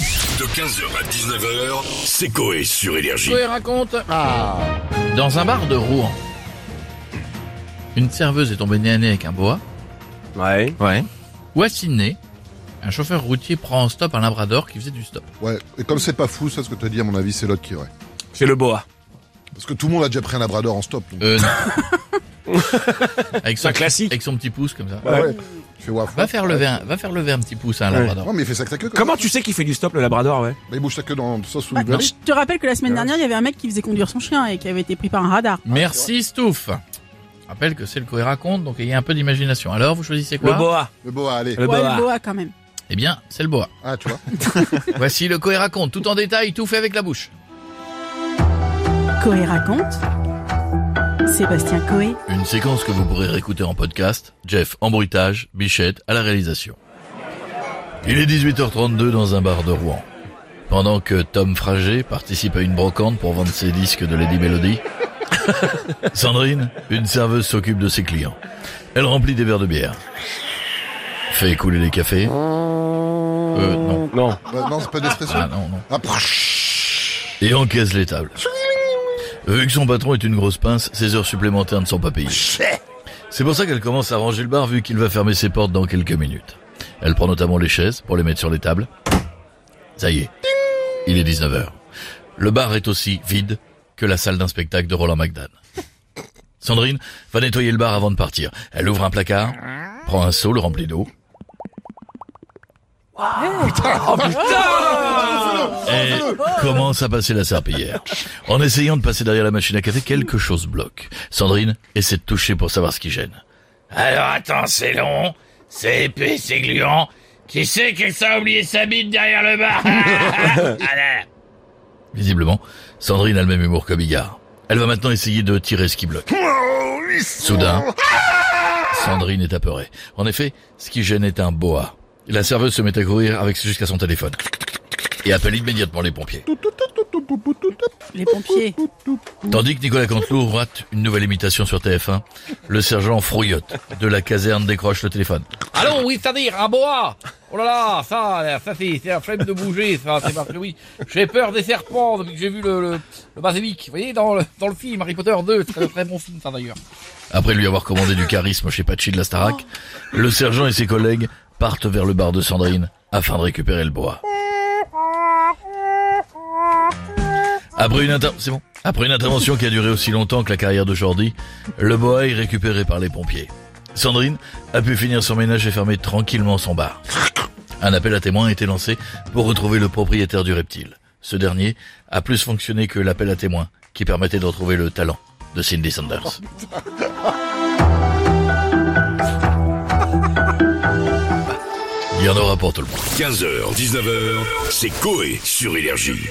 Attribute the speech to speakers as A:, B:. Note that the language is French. A: De 15h à 19h, c'est Coé sur Énergie.
B: Coé raconte.
C: Ah,
D: Dans un bar de Rouen, une serveuse est tombée nez à nez avec un boa.
C: ouais.
D: Ouais. Ou à Sydney, un chauffeur routier prend en stop un labrador qui faisait du stop.
E: Ouais, et comme c'est pas fou, ça, ce que t'as dit, à mon avis, c'est l'autre qui est vrai.
C: C'est le boa.
E: Parce que tout le monde a déjà pris un labrador en stop. Donc.
D: Euh, non. avec son,
C: Un classique.
D: Avec son petit pouce comme ça.
E: Ah ouais. Tu fais waf.
D: Va faire lever un, va faire lever un petit pouce à un
C: Ouais.
D: labrador.
E: Non, mais il fait ça que ta queue. Quand
C: Comment tu sais qu'il fait du stop le labrador, ouais
E: même. Bah, il bouge sa queue dans le sens où il veut
F: Ouais,
E: aller.
F: je te rappelle que la semaine dernière, il y avait un mec qui faisait conduire son chien et qui avait été pris par un radar.
D: Merci Stouff. Rappelle que c'est le Coé raconte, donc ayez un peu d'imagination. Alors, vous choisissez quoi
C: Le boa.
E: Mais bon, allez.
C: Hein Le
F: ouais,
C: boa.
F: le boa quand même.
D: Eh bien, c'est le boa.
E: Ah, tu vois.
D: Voici le Coé raconte, tout en détail, tout fait avec la bouche.
F: Coé raconte. Sébastien Coé.
D: Une séquence que vous pourrez réécouter en podcast. Jeff en bruitage, Bichette à la réalisation. Il est 18h32 dans un bar de Rouen. Pendant que Tom Frager participe à une brocante pour vendre ses disques de Lady Melody, Sandrine, une serveuse, s'occupe de ses clients. Elle remplit des verres de bière, fait couler les cafés. Euh, non.
C: Non.
E: Bah, non, c'est pas d'expression.
D: Ah, non, non
E: Ah, prrrch.
D: et encaisse les tables. Euh, Vu que son patron est une grosse pince, ses heures supplémentaires ne sont pas payées. C'est pour ça qu'elle commence à ranger le bar vu qu'il va fermer ses portes dans quelques minutes. Elle prend notamment les chaises pour les mettre sur les tables. Ça y est, il est 19h. Le bar est aussi vide que la salle d'un spectacle de Roland McDan. Sandrine va nettoyer le bar avant de partir. Elle ouvre un placard, prend un seau, le remplit d'eau. et commence à passer la serpillière. En essayant de passer derrière la machine à café, quelque chose bloque. Sandrine essaie de toucher pour savoir ce qui gêne. Alors attends, c'est long, c'est épais, c'est gluant. Qui sait qu'elle a oublié sa bite derrière le bar Visiblement, Sandrine a le même humour que Bigard. Elle va maintenant essayer de tirer ce qui bloque. Soudain, Sandrine est apeurée. En effet, ce qui gêne est un boa. La serveuse se met à courir avec jusqu'à son téléphone et appelle immédiatement les pompiers.
F: Les pompiers.
D: Tandis que Nicolas Canteloup rate une nouvelle imitation sur TF1, le sergent Frouillotte de la caserne décroche le téléphone.
B: Allons, oui, c'est-à-dire un boa. Oh là là, ça, ça c'est c'est la flemme de bouger, ça, c'est parce que oui, j'ai peur des serpents depuis que j'ai vu le le, le basilic. Vous voyez dans le dans le film Harry Potter 2, très très bon film ça d'ailleurs.
D: Après lui avoir commandé du charisme chez Pachi de la Starac, le sergent et ses collègues partent vers le bar de Sandrine afin de récupérer le bois. Après une, inter- c'est bon. Après une intervention qui a duré aussi longtemps que la carrière de Jordi, le boa est récupéré par les pompiers. Sandrine a pu finir son ménage et fermer tranquillement son bar. Un appel à témoins a été lancé pour retrouver le propriétaire du reptile. Ce dernier a plus fonctionné que l'appel à témoins qui permettait de retrouver le talent de Cindy Sanders. Il y en aura pour tout le monde.
A: 15h, 19h, c'est Coé sur Énergie.